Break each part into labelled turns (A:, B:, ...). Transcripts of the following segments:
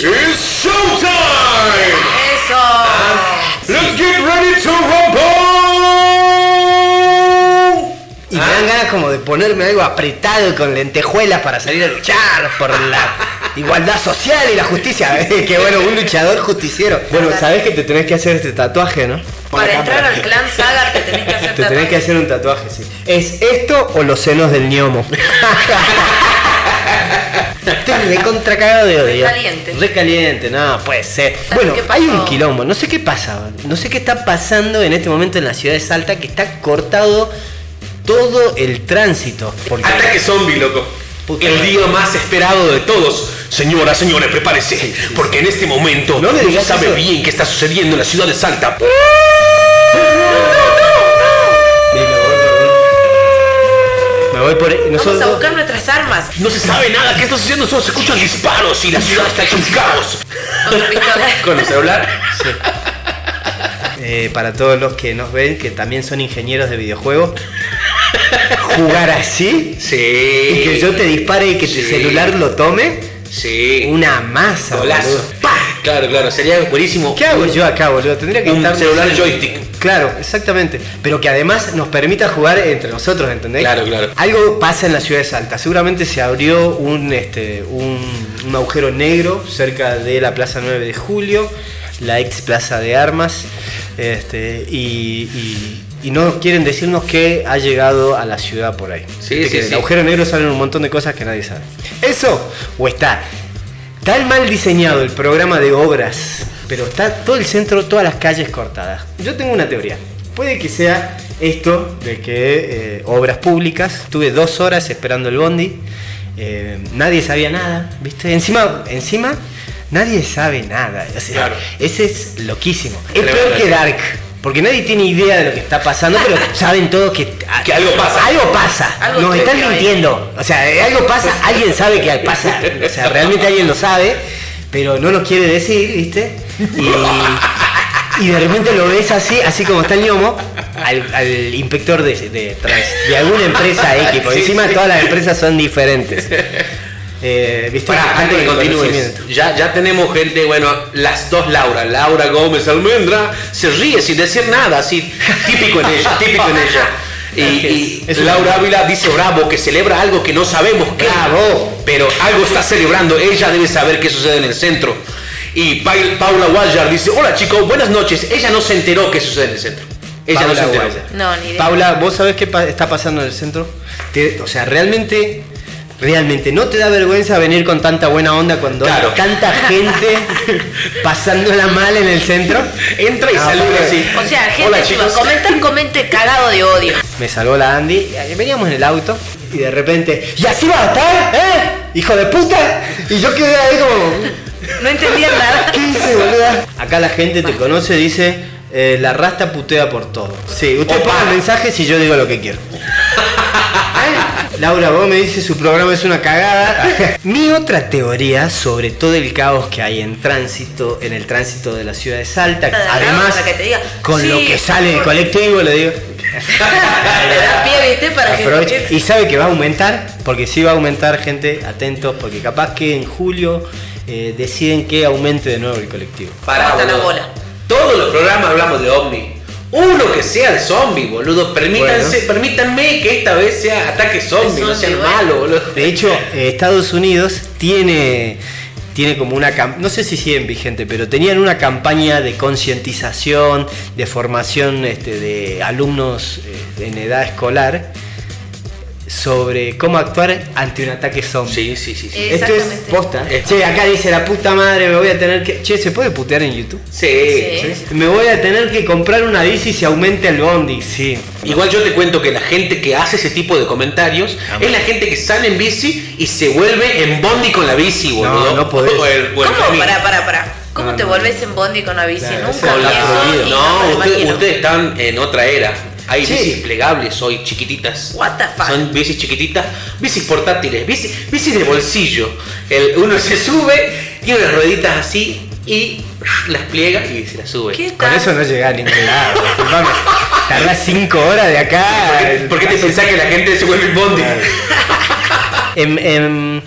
A: It's showtime!
B: ¡Eso!
A: Let's get ready to rumble!
B: Y me dan ganas como de ponerme algo apretado y con lentejuelas para salir a luchar por la igualdad social y la justicia. que bueno, un luchador justiciero. Bueno, sabés que te tenés que hacer este tatuaje, ¿no?
C: Para entrar al clan Saga te tenés que hacer
B: Te tenés que hacer un tatuaje, sí. ¿Es esto o los senos del gnomo? Estoy recontra cagado de odio.
C: Recaliente.
B: Recaliente, no, puede ser. Bueno,
C: qué pasó?
B: hay un quilombo, no sé qué pasa, no sé qué está pasando en este momento en la ciudad de Salta que está cortado todo el tránsito. Porque
A: Ataque zombie, loco.
B: Puta
A: el
B: madre.
A: día más esperado de todos. Señora, señores, prepárese. Porque en este momento
B: No le
A: se
B: digas
A: sabe
B: eso.
A: bien qué está sucediendo en la ciudad de Salta.
B: Me voy- me voy por
C: Vamos a
B: nosotros.
C: buscar nuestras armas.
A: No se sabe nada qué está sucediendo, solo se escuchan disparos y la ciudad está hecha un caos.
C: Con la pistola.
A: Con el celular.
B: Eh, para todos los que nos ven, que también son ingenieros de videojuegos, jugar así
A: Sí.
B: Y que yo te dispare y que
A: Sí.
B: tu celular lo tome.
A: Sí.
B: Una masa,
A: golazo.
B: boludo.
A: ¡Pah! Claro, claro, sería buenísimo.
B: ¿Qué hago yo acá, boludo? Tendría que
A: Un
B: estar-
A: celular joystick.
B: Claro, exactamente. Pero que además nos permita jugar entre nosotros, ¿entendés?
A: Claro, claro.
B: Algo pasa en la ciudad de Salta. Seguramente se abrió un, este, un, un agujero negro cerca de la Plaza 9 de Julio, la ex Plaza de Armas. Este, y, y- y no quieren decirnos que ha llegado a la ciudad por ahí.
A: Sí,
B: Viste
A: sí,
B: que del
A: sí.
B: agujero negro salen un montón de cosas que nadie sabe. Eso, o está Tal mal diseñado el programa de obras, pero está todo el centro, todas las calles cortadas. Yo tengo una teoría. Puede que sea esto de que eh, obras públicas, tuve dos horas esperando el bondi, eh, nadie sabía nada, ¿viste? Encima, encima, nadie sabe nada. O sea,
A: Claro.
B: Ese es loquísimo. Es
A: Tremendo.
B: peor que Dark, porque nadie tiene idea de lo que está pasando, pero saben todos que...
A: Que algo pasa.
B: Algo pasa.
C: Algo
B: Nos están
C: turbio ahí.
B: mintiendo. No, o sea, eh, algo pasa, alguien sabe que pasa, o sea, realmente alguien lo sabe, pero no lo quiere decir, ¿viste? Y, y de repente lo ves así, así como está el ñomo, al, al inspector de, de, trans- de alguna empresa X, porque
A: Sí,
B: encima
A: sí.
B: todas las empresas son diferentes. Eh, ¿Viste?
A: Pará, antes
B: Falta
A: que
B: de
A: continúes,
B: conocimiento.
A: ya, ya tenemos gente, bueno, las dos Laura, Laura Gómez Almendra, se ríe sin decir nada, así, típico en ella, típico en ella. Y, y
B: Es un-
A: Laura Ávila dice bravo, que celebra algo que no sabemos qué.
B: Bravo.
A: Pero algo está celebrando, ella debe saber qué sucede en el centro. Y Pa- Paula Guayar dice, hola chicos, buenas noches. Ella no se enteró qué sucede en el centro. Ella no
B: Paula
A: se enteró.
B: Guaya.
C: No, ni idea.
B: Paula, ¿vos sabés qué pa- está pasando en el centro? Te- o sea, realmente, realmente, ¿no te da vergüenza venir con tanta buena onda cuando
A: Claro.
B: hay tanta gente pasándola mal en el centro?
A: Entra y
B: Ah,
A: saluda
B: Paula.
A: así.
C: O sea, gente,
A: Hola,
C: si va a
A: chicos.
C: comentar, comente cagado de odio.
B: Me salvó la Andy, veníamos en el auto y de repente, ¿y así va a estar? ¿Eh? ¡Hijo de puta! Y yo quedé ahí como,
C: No entendía nada.
B: ¿qué hice, boluda? Acá la gente te conoce, dice, eh, la rasta putea por todo. Sí, usted
A: Opa.
B: pone mensajes y yo digo lo que quiero. ¿Eh? Laura, vos me dices su programa es una cagada. Mi otra teoría sobre todo el caos que hay en tránsito, en el tránsito de la ciudad de Salta,
C: Nada,
B: además
C: nada, que te diga,
B: con
C: sí,
B: lo que sale del colectivo, le digo.
C: Te da pie, viste, para que
B: Aprovecha.
C: escuches.
B: Y sabe que va a aumentar, porque sí va a aumentar, gente, atentos, porque capaz que en julio eh, deciden que aumente de nuevo el colectivo.
A: Pará,
C: Hasta la
A: boludo.
C: bola.
A: Todos los programas hablamos de ovni. Uno que sea el zombie, boludo. Permítanse,
B: Bueno.
A: permítanme que esta vez sea ataque zombie,
C: El
A: no
C: zombie,
A: sean
C: bueno.
A: malos, boludo.
B: De hecho, eh, Estados Unidos tiene, tiene como una campaña, no sé si siguen vigente, pero tenían una campaña de concientización, de formación este, de alumnos eh, en edad escolar sobre cómo actuar ante un ataque zombie.
A: Sí, sí, sí, sí.
C: Eh.
B: Esto es
C: Exactamente.
B: posta.
A: Eh.
B: Che, acá dice la puta madre, me voy a tener que. Che, ¿se puede putear en YouTube?
A: Sí.
C: Sí.
B: Me voy a tener que comprar una bici si aumenta el bondi. Sí.
A: Igual yo te cuento que la gente que hace ese tipo de comentarios es la gente que sale en bici y se vuelve en bondi con la bici, boludo.
B: no podés.
A: O el- o el
C: ¿Cómo?
A: camino.
C: Pará, pará, pará. ¿Cómo
B: No,
C: te
B: Ah, no.
C: volvés en Bondi con la bici?
B: Claro,
C: Nunca
B: eso
A: Con
C: vi
A: la
B: Ah,
C: eso
A: prohibida.
C: y
A: No,
C: me lo
A: usted-
C: imagino.
A: ustedes están en otra era. Hay
B: Sí.
A: bicis plegables hoy, chiquititas.
C: What the fuck?
A: Son bicis chiquititas, bicis portátiles, bicis, bicis de bolsillo. El- uno se sube, tiene unas rueditas así y las pliega y se las sube.
C: ¿Qué
B: Con
C: tal?
B: eso no llega a ningún lado. disculpame. Tardás 5 horas de acá.
A: ¿Por qué, por qué te pensás que la gente se vuelve bondi?
B: En, en-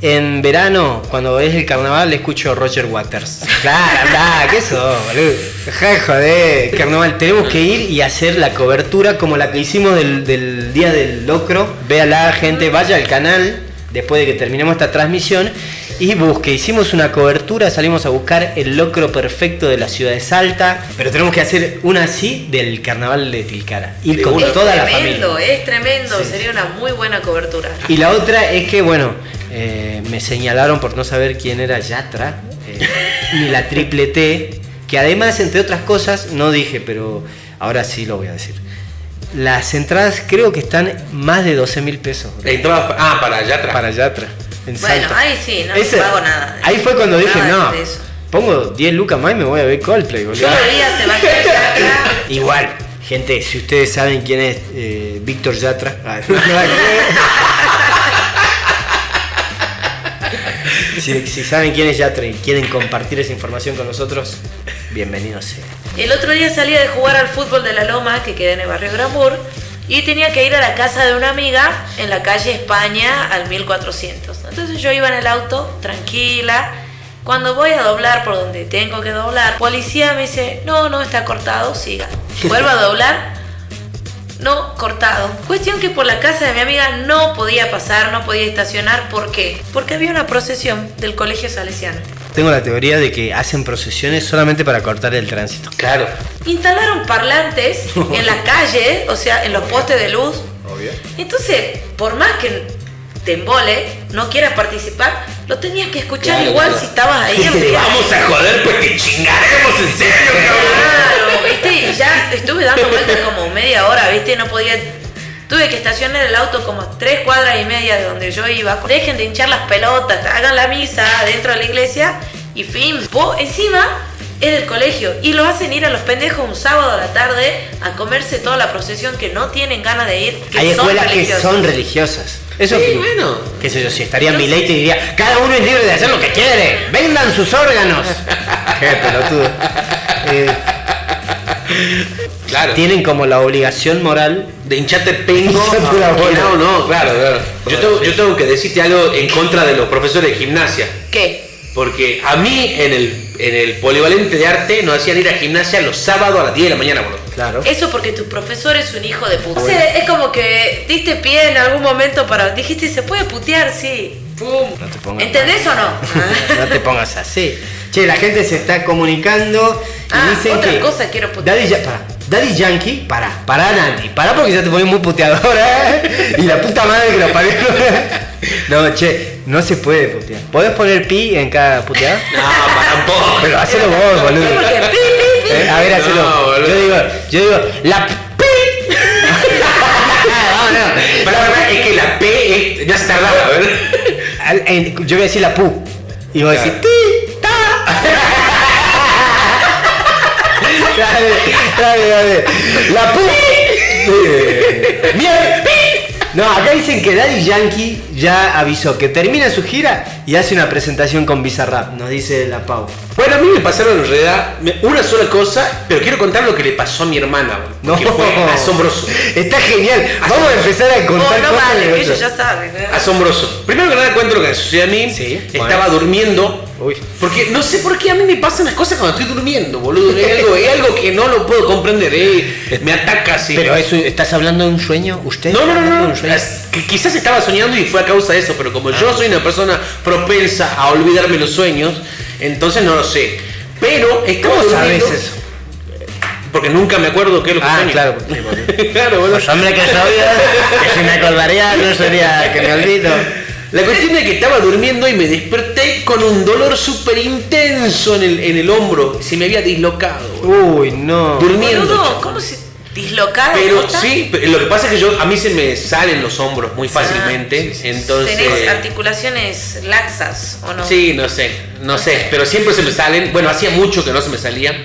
B: En verano, cuando es el carnaval, escucho Roger Waters. Claro, anda, ¿qué eso, boludo? Dejá de joder. Carnaval, tenemos que ir y hacer la cobertura como la que hicimos del, del día del locro. Véala, gente, vaya al canal después de que terminemos esta transmisión y busque. Hicimos una cobertura, salimos a buscar el locro perfecto de la ciudad de Salta, pero tenemos que hacer una así del carnaval de Tilcara. Ir
A: De
B: con
A: una.
C: Es
B: toda la familia.
C: tremendo, es tremendo.
B: Sí. Ah,
C: Sería una muy buena cobertura.
B: Y la otra es que, bueno, eh, me señalaron por no saber quién era Yatra, eh, ni la triple T, que además, entre otras cosas, no dije, pero ahora sí lo voy a decir. Las entradas creo que están más de 12 mil pesos bro,
A: Entraba- ah, para allá atrás.
B: para Yatra. En
C: Bueno,
B: Salta.
C: ahí sí, no
B: Ese-
C: pago nada.
B: Ahí fue cuando dije,
C: Nada
B: no,
C: de eso.
B: pongo 10 lucas más y me voy a ver Coldplay, boludo.
C: Yo lo vi a Sebastián Yatra.
B: Igual, gente, si ustedes saben quién es eh, Víctor Yatra. Ah, si, si saben quién es Yatra y quieren compartir esa información con nosotros, bienvenidos sean.
C: El otro día salía de jugar al fútbol de la Loma, que queda en el barrio Granbur, y tenía que ir a la casa de una amiga en la calle España al 1400. Entonces yo iba en el auto, tranquila. Cuando voy a doblar por donde tengo que doblar, policía me dice, no, no, está cortado, siga. Vuelvo a doblar, no, cortado. Cuestión que por la casa de mi amiga no podía pasar, no podía estacionar. ¿Por qué? Porque había una procesión del colegio salesiano.
B: Tengo la teoría de que hacen procesiones solamente para cortar el tránsito.
A: Claro.
C: Instalaron parlantes en la calle, o sea, en los postes de luz.
B: Obvio.
C: Entonces, por más que te embole, no quieras participar, lo tenías que escuchar
A: Claro,
C: igual
A: claro.
C: si estabas ahí en vivo.
A: Vamos a joder, pues que chingaremos en serio, cabrón.
C: Claro, viste, y ya estuve dando vueltas como media hora, viste, no podía. Tuve que estacionar el auto como a tres cuadras y media de donde yo iba. Dejen de hinchar las pelotas, hagan la misa dentro de la iglesia y fin. Po- encima es del colegio y lo hacen ir a los pendejos un sábado a la tarde a comerse toda la procesión que no tienen ganas de ir. Que
B: Hay
C: son
B: escuelas
C: religiosos.
B: que son religiosas. Eso
A: Sí,
B: que-
A: bueno.
B: Qué sé yo, si estaría mi ley te diría, cada uno es libre de hacer lo que quiere, vendan sus órganos. Qué pelotudo. Eh,
A: Claro.
B: tienen como la obligación moral.
A: De hincharte pengo.
B: Hinchate la bola.
A: No, no, claro, claro. Yo tengo, yo tengo que decirte algo en contra de los profesores de gimnasia.
C: ¿Qué?
A: Porque a mí en el, en el polivalente de arte nos hacían ir a gimnasia los sábados a las 10 de la mañana, boludo.
B: Claro.
C: Eso porque tu profesor es un hijo de puta. Entonces, es como que diste pie en algún momento para. Dijiste, se puede putear, sí. Pum.
B: No te pongas
C: ¿Entendés o no? Ah.
B: No te pongas así. Che, la gente se está comunicando y
C: Ah,
B: dicen
C: otra
B: que.
C: cosa quiero putear.
B: Daddy, Ya- pará. Daddy Yankee, para, para Nati, para porque ya te pones muy puteadora ¿eh? y la puta madre que lo parió. No, che, no se puede putear. ¿Podés poner pi en cada puteada?
A: No, para tampoco.
B: Pero hacelo vos, boludo.
C: Sí, porque pi, pi, pi.
B: Eh, a ver, hacelo.
A: No, boludo.
B: yo digo, yo digo, la pi. no, no.
A: Pará, pará, es que la P es, ya se tardaba, a ver.
B: Al- en- yo voy a decir la pu. Y voy a decir
A: Claro.
B: ti, ta. dale, dale, dale. La pu. Eh, Mierda. No, acá dicen que Daddy Yankee ya avisó que termina su gira y hace una presentación con Bizarrap, nos dice la Pau.
A: Bueno, a mí me pasaron en realidad me- una sola cosa, pero quiero contar lo que le pasó a mi hermana,
B: No,
A: boludo. Que fue asombroso.
B: Está genial. Vamos a empezar a
C: Vos
B: contar
C: Oh, no
B: cosas
C: vale,
B: de
C: que
B: otro.
C: ellos ya saben. ¿eh?
A: Asombroso. Primero que nada cuento lo que me sucedió a mí.
B: Sí,
A: Estaba
B: bueno.
A: durmiendo.
B: Uy.
A: Porque no sé por qué a mí me pasan las cosas cuando estoy durmiendo, boludo. Es algo, es algo que no lo puedo comprender. eh. Me ataca así.
B: Pero eso, ¿estás hablando de un sueño? ¿Usted?
A: No, no, no,
B: está
A: no,
B: hablando
A: Ah,
B: de
A: no.
B: un sueño? Ah.
A: Es que quizás estaba soñando y fue a causa de eso, pero como yo soy una persona propensa a olvidarme los sueños, entonces no lo sé. Pero estaba
B: ¿Cómo sabes
A: durmiendo-
B: eso?
A: Porque nunca me acuerdo qué es lo que
B: Ah,
A: sueño.
B: claro, sí, porque-
A: claro, boludo.
B: Pues hombre que soy, que si me acordaría no sería que me olvido.
A: La cuestión es que estaba durmiendo y me desperté con un dolor súper intenso en el, en el hombro. Se me había dislocado. boludo.
B: Uy, no.
A: Durmiendo.
C: Boludo, ¿cómo se dislocado?
A: Pero
C: posta?
A: sí, pero lo que pasa es que yo a mí se me salen los hombros muy fácilmente. Entonces.
C: Tenés articulaciones laxas, ¿o no?
A: Sí, no sé, no sé, pero siempre se me salen. Bueno, hacía mucho que no se me salían.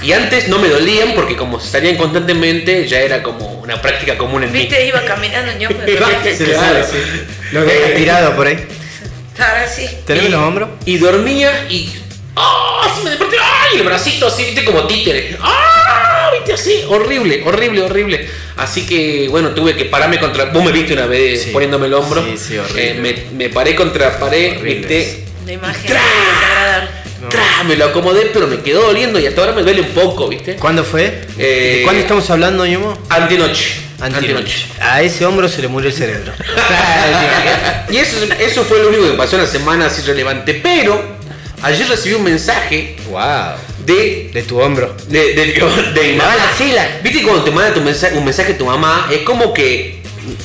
A: Y antes no me dolían porque como se salían constantemente, ya era como una práctica común en mí.
C: Viste, iba caminando ñoco.
A: Se le sale, sí.
B: Lo que has tirado por ahí.
C: Ahora sí.
B: ¿Tenés
A: Y-
B: los hombros?
A: Y dormía y... ¡Ah! Así me desperté. ¡Ay! El bracito así, viste, como títere. ¡Ah! corté así, horrible, horrible, horrible. Así que, bueno, tuve que pararme contra. Vos me viste una vez
B: Sí.
A: poniéndome el hombro.
B: Sí, sí, horrible.
A: Eh, me, me paré contra pared,
B: Horrible
A: viste.
C: De imagen
A: ¡Tra!
C: desagradable.
A: ¡Tra! Me lo acomodé, pero me quedó doliendo y hasta ahora me duele un poco, viste.
B: ¿Cuántame? ¿Cuándo fue?
A: Eh,
B: ¿De cuándo estamos hablando, Ñomo?
A: Antinoche.
B: Antinoche. A ese hombro se le murió el cerebro.
A: Y eso, eso fue lo único que pasó en la semana así relevante. Pero ayer recibí un mensaje
B: wow.
A: de.
B: De tu hombro.
A: de. de, de mi
B: Me va
A: mamá.
B: la axila.
A: Viste cuando te manda tu mensa- un mensaje tu mamá, es como que.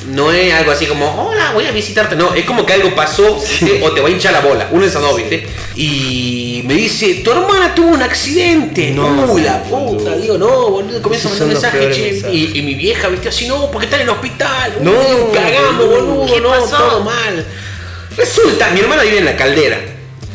A: No es algo así como, hola, voy a visitarte. No, es como que algo pasó ¿viste? o te va a hinchar la bola. Una de esas dos, ¿viste? Y me dice, tu hermana tuvo un accidente.
B: No,
A: Uy, la
B: boludo.
A: puta. Digo, no, boludo, comienza a
B: Esos
A: mandar
B: son los
A: mensaje,
B: peores
A: che.
B: mensajes.
A: Y, y mi vieja, ¿viste? Así, no, porque está en el hospital.
B: No,
A: No, cagamos, boludo,
C: ¿Qué
A: no,
C: pasó?
A: todo mal. Resulta, mi hermana vive en la caldera.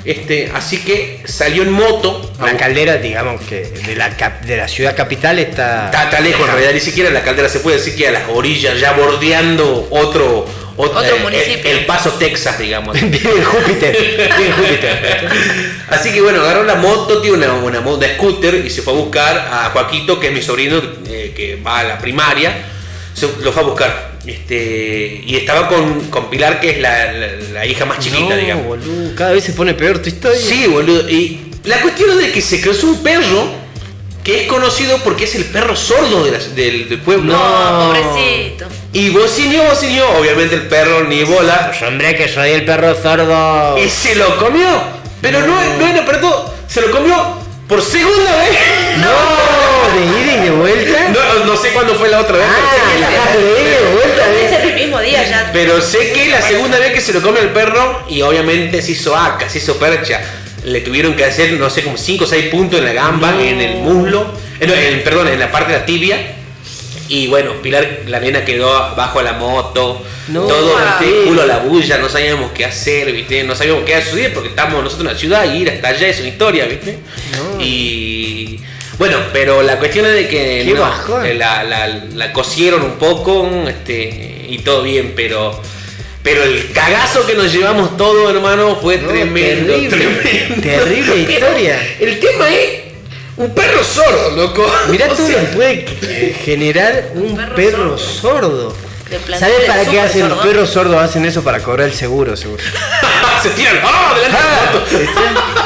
A: Este, así que salió en moto. a
B: La caldera, digamos que de la, cap- de la ciudad capital está.
A: Está tan lejos en realidad, ni siquiera en la caldera se puede decir que a las orillas, ya bordeando otro,
C: Otro
A: eh,
C: municipio.
A: El, el Paso Texas, digamos.
B: Vive en Júpiter. Vive en Júpiter.
A: Así que bueno, agarró la moto, tiene una, una, mo- una scooter y se fue a buscar a Joaquito, que es mi sobrino eh, que va a la primaria. Se- lo fue a buscar. Este, y estaba con, con Pilar, que es la, la- la hija más chiquita,
B: no,
A: digamos.
B: boludo. Cada vez se pone peor tu historia.
A: Sí, boludo. Y la cuestión es de que se cruzó un perro que es conocido porque es el perro sordo de las- del, del pueblo.
C: No,
B: No.
C: Oh, pobrecito.
A: Y bocinió, bocinió, obviamente el perro ni bola.
B: Pues hombre, que soy el perro sordo.
A: Y se lo comió. Pero no, no era perdón, se lo comió por segunda vez.
B: No, de ida y de vuelta.
A: No, no sé cuándo fue la otra vez. pero sé
B: Ah,
A: que
B: la
A: la-
B: de ida y de vuelta.
C: Ese
B: eh.
C: es el mismo día ya.
A: Pero sé que la segunda vez que se lo come el perro y obviamente se hizo aca, se hizo percha. Le tuvieron que hacer, no sé, como 5 o 6 puntos en la gamba, en el muslo, eh, no, en- perdón, en la parte de la tibia. Y bueno, Pilar, la nena quedó bajo la moto,
B: No,
A: todo
C: ah.
A: ¿viste? culo a la bulla, no sabíamos qué hacer, ¿viste? no sabíamos qué hacer porque estamos nosotros en la ciudad y ir hasta allá es una historia, ¿viste?
B: No.
A: Y bueno, pero la cuestión es de que
B: Qué bajón.
A: eh, la, la, la cosieron un poco este, y todo bien, pero pero el cagazo que nos llevamos todo, hermano, fue
B: No,
A: tremendo,
B: terrible,
A: tremendo.
B: terrible historia.
A: El tema es un perro sordo, loco.
B: Mirá
A: O
B: tú
A: sea,
B: lo que puede eh, generar un
C: Perro
B: perro, sordo.
C: De plan-
B: ¿Sabes
C: de
B: para qué
C: súper
B: hacen los
C: sordo.
B: perros sordos? Hacen eso para cobrar el seguro, seguro.
A: se tiran ¡ah! delante de la moto.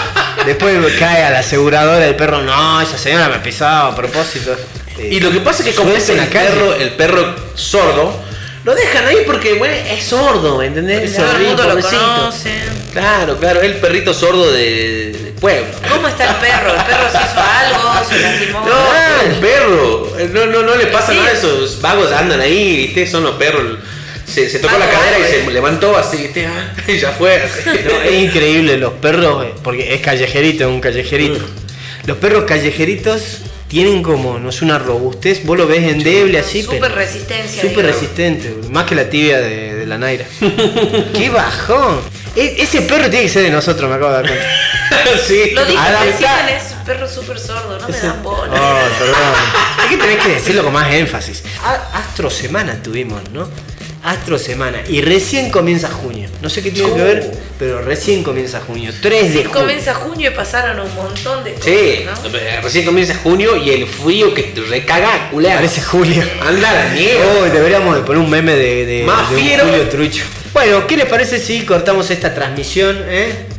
B: Después cae a la aseguradora el perro, no, esa señora me pisaba a propósito. Eh,
A: Y lo que pasa es que como
B: suelta
A: es
B: en
A: el
B: la calle.
A: perro, el perro sordo, lo dejan ahí porque bueno, es sordo, ¿entendés?
B: Es
C: Todo el
A: Sordo,
C: mundo lo
A: pobrecito.
C: conoce.
A: Claro, claro, el perrito sordo de, de pueblo.
C: ¿Cómo está el perro? ¿El perro se hizo algo? ¿Se lastimó?
A: No, el perro. eh, No, no, no le pasa
C: Sí.
A: nada a esos vagos andan ahí, viste, son los perros. Se, se tocó la
C: Vago,
A: cadera y
C: vago,
A: se
C: eh.
A: levantó así, viste, ah, y ya fue. así.
B: No, es increíble, los perros, eh, porque es callejerito, es un callejerito.
C: Mm.
B: Los perros callejeritos tienen como, no es una robustez, vos lo ves endeble así,
C: Súper
B: pero
C: resistencia.
B: súper
C: digamos.
B: resistente, boludo, más que la tibia de, de la Naira. ¡Qué bajón! E- ese perro tiene que ser de nosotros, me acabo de dar cuenta.
A: sí.
C: Lo dije
B: Adapta-
C: recién, es un perro súper sordo, no me dan bola.
B: Oh, perdón. Es que tenés que decirlo con más énfasis. A- Astro Semana tuvimos, ¿no? Astro Semana. Y recién comienza junio. No sé qué tiene que ver, pero recién comienza junio. 3 de
C: Sí,
B: junio.
C: comienza junio y pasaron un montón de cosas,
A: Sí,
C: ¿no?
A: eh, recién comienza junio y el frío que te recaga, culero.
B: Parece julio.
A: Anda la Ah, mierda.
B: Oh, deberíamos de poner un meme de, de,
A: Más
B: de un
A: fiero.
B: Julio Trucho. Bueno, ¿qué les parece si cortamos esta transmisión? eh?